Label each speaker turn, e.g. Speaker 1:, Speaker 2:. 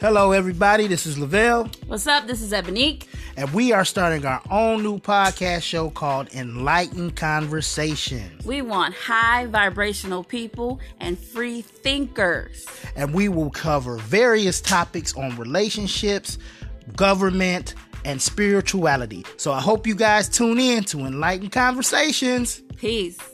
Speaker 1: Hello, everybody. This is Lavelle,
Speaker 2: What's up? This is Ebonique.
Speaker 1: and we are starting our own new podcast show called Enlightened Conversation.
Speaker 2: We want high vibrational people and free thinkers.
Speaker 1: And we will cover various topics on relationships, government, and spirituality. So I hope you guys tune in to Enlightened Conversations.
Speaker 2: Peace.